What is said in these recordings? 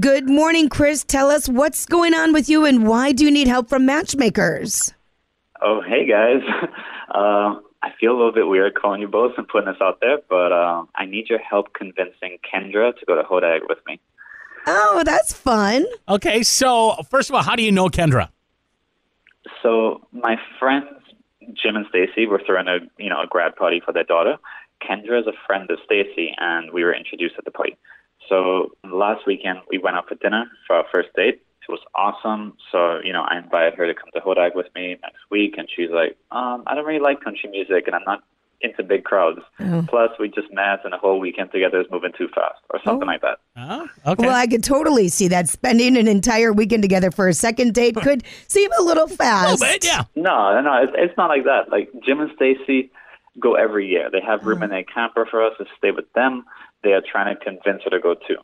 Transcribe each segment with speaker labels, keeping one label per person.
Speaker 1: Good morning, Chris. Tell us what's going on with you and why do you need help from matchmakers?
Speaker 2: Oh, hey guys. Uh, I feel a little bit weird calling you both and putting this out there, but uh, I need your help convincing Kendra to go to Hodag with me.
Speaker 1: Oh, that's fun.
Speaker 3: Okay, so first of all, how do you know Kendra?
Speaker 2: So my friends Jim and Stacy were throwing a you know a grad party for their daughter. Kendra is a friend of Stacy, and we were introduced at the party. So last weekend we went out for dinner for our first date. It was awesome. So you know I invited her to come to Hodag with me next week, and she's like, um, I don't really like country music, and I'm not into big crowds. Plus, we just met, and the whole weekend together is moving too fast, or something like that.
Speaker 3: Huh? Okay.
Speaker 1: Well, I could totally see that. Spending an entire weekend together for a second date could seem a little
Speaker 3: a
Speaker 1: fast.
Speaker 3: little bit, yeah.
Speaker 2: No, no, it's, it's not like that. Like Jim and Stacy go every year. They have room in their camper for us to stay with them. They are trying to convince her to go too.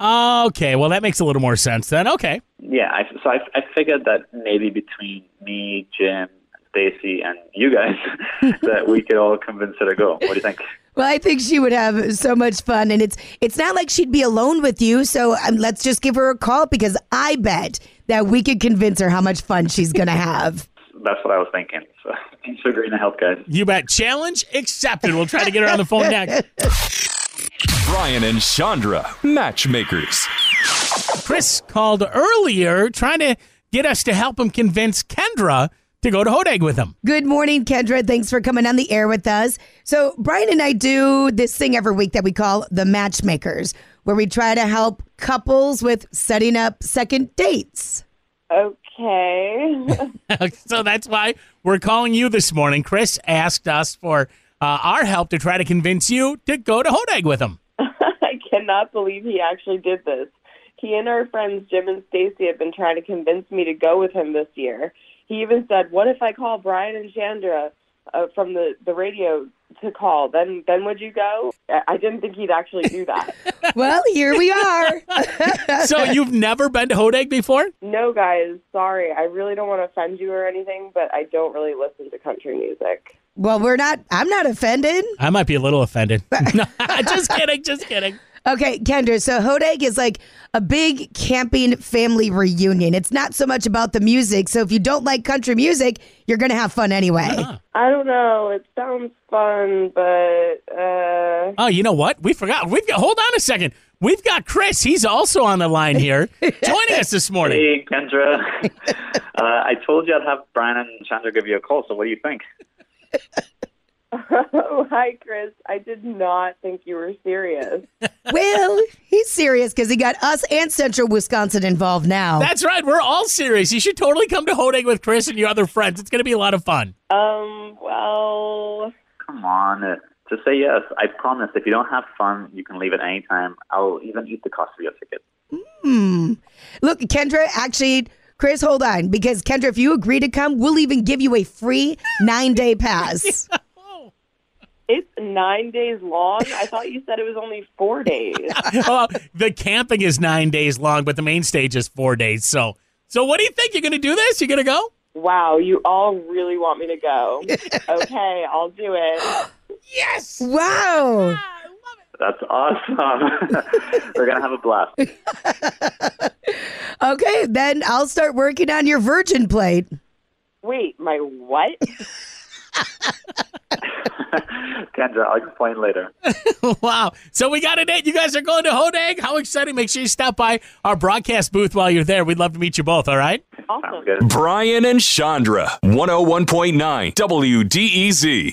Speaker 3: Okay, well, that makes a little more sense then. Okay.
Speaker 2: Yeah, I, so I, I figured that maybe between me, Jim, Stacy, and you guys, that we could all convince her to go. What do you think?
Speaker 1: Well, I think she would have so much fun, and it's it's not like she'd be alone with you. So um, let's just give her a call because I bet that we could convince her how much fun she's going to have.
Speaker 2: That's what I was thinking. So thanks for agreeing to help, guys.
Speaker 3: You bet. Challenge accepted. We'll try to get her on the phone next.
Speaker 4: Brian and Chandra, matchmakers.
Speaker 3: Chris called earlier trying to get us to help him convince Kendra to go to Hodag with him.
Speaker 1: Good morning, Kendra. Thanks for coming on the air with us. So, Brian and I do this thing every week that we call the matchmakers, where we try to help couples with setting up second dates.
Speaker 5: Okay.
Speaker 3: so that's why we're calling you this morning. Chris asked us for uh, our help to try to convince you to go to Hodag with him.
Speaker 5: I cannot believe he actually did this. He and our friends Jim and Stacy have been trying to convince me to go with him this year. He even said, "What if I call Brian and Chandra uh, from the the radio to call? Then then would you go?" I, I didn't think he'd actually do that.
Speaker 1: Well, here we are.
Speaker 3: So you've never been to Hodag before?
Speaker 5: no, guys, sorry. I really don't want to offend you or anything, but I don't really listen to country music.
Speaker 1: well, we're not, I'm not offended.
Speaker 3: I might be a little offended. No, just kidding, just kidding.
Speaker 1: Okay, Kendra. So Hodag is like a big camping family reunion. It's not so much about the music. So if you don't like country music, you're going to have fun anyway.
Speaker 5: I don't know. It sounds fun, but uh,
Speaker 3: Oh, you know what? We forgot. We've got. Hold on a second. We've got Chris. He's also on the line here, joining us this morning.
Speaker 2: Hey, Kendra. uh, I told you I'd have Brian and Chandra give you a call. So what do you think?
Speaker 5: oh, hi, Chris. I did not think you were serious.
Speaker 1: well, he's serious because he got us and Central Wisconsin involved now.
Speaker 3: That's right. We're all serious. You should totally come to Hodag with Chris and your other friends. It's going to be a lot of fun.
Speaker 5: Um, well,
Speaker 2: Come on. uh, Just say yes. I promise. If you don't have fun, you can leave at any time. I'll even eat the cost of your ticket.
Speaker 1: Look, Kendra, actually, Chris, hold on because Kendra, if you agree to come, we'll even give you a free nine day pass.
Speaker 5: it's nine days long. I thought you said it was only four days.
Speaker 3: oh, the camping is nine days long, but the main stage is four days. So, so what do you think? You're going to do this? You're going to go?
Speaker 5: Wow, you all really want me to go. Okay, I'll do it.
Speaker 3: Yes.
Speaker 1: Wow.
Speaker 2: That's awesome. We're going to have a blast.
Speaker 1: Okay, then I'll start working on your virgin plate.
Speaker 5: Wait, my what?
Speaker 2: Kendra, I'll explain later.
Speaker 3: wow. So we got a date. You guys are going to Hodag. How exciting! Make sure you stop by our broadcast booth while you're there. We'd love to meet you both. All right.
Speaker 5: Awesome.
Speaker 2: Sounds good.
Speaker 4: oh Brian and Chandra, 101.9 WDEZ.